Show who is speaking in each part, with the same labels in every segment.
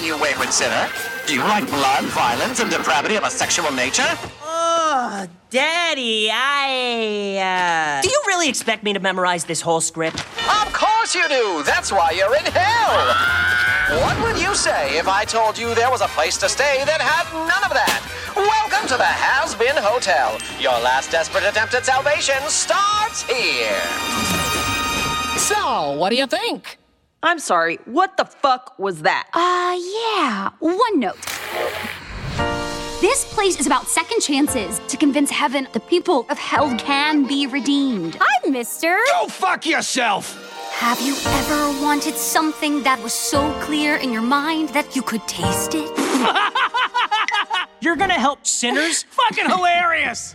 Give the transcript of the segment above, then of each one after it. Speaker 1: you wayward sinner? Do you like blood, violence, and depravity of a sexual nature?
Speaker 2: Oh, Daddy, I. Uh... Do you really expect me to memorize this whole script?
Speaker 1: Of course you do! That's why you're in hell! What would you say if I told you there was a place to stay that had none of that? Welcome to the Has Been Hotel. Your last desperate attempt at salvation starts here.
Speaker 3: So, what do you think?
Speaker 4: I'm sorry, what the fuck was that?
Speaker 5: Uh, yeah, one note. This place is about second chances to convince heaven the people of hell can be redeemed.
Speaker 6: Hi, mister.
Speaker 7: Go fuck yourself!
Speaker 5: Have you ever wanted something that was so clear in your mind that you could taste it?
Speaker 2: You're gonna help sinners?
Speaker 3: Fucking hilarious!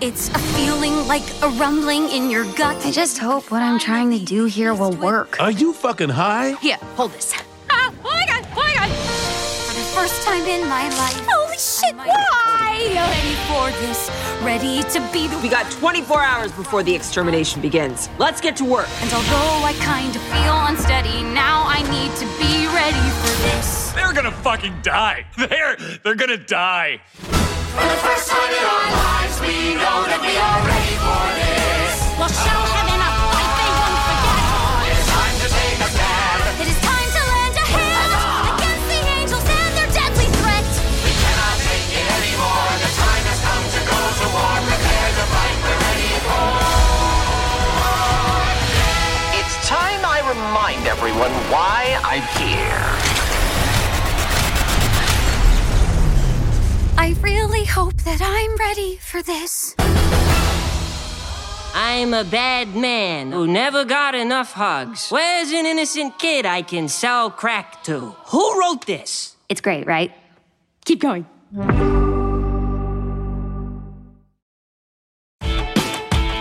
Speaker 5: It's a feeling like a rumbling in your gut.
Speaker 8: I just hope what I'm trying to do here will work.
Speaker 9: Are you fucking high?
Speaker 5: Here, hold this.
Speaker 6: Ah, oh my god, oh my god.
Speaker 5: For the first time in my life.
Speaker 6: Holy shit,
Speaker 5: am I
Speaker 6: why?
Speaker 5: Ready for this, ready to be the
Speaker 4: We got 24 hours before the extermination begins. Let's get to work.
Speaker 5: And although I kind of feel unsteady, now I need to be ready for this.
Speaker 3: They're gonna fucking die. They're they're gonna die.
Speaker 5: We'll show heaven a fight they won't forget. It is time to lend a hand against the angels and their deadly threat.
Speaker 1: It's time I remind everyone why I'm here.
Speaker 5: I really hope that I'm ready for this.
Speaker 2: I'm a bad man who never got enough hugs. Where's an innocent kid I can sell crack to? Who wrote this?
Speaker 8: It's great, right? Keep going.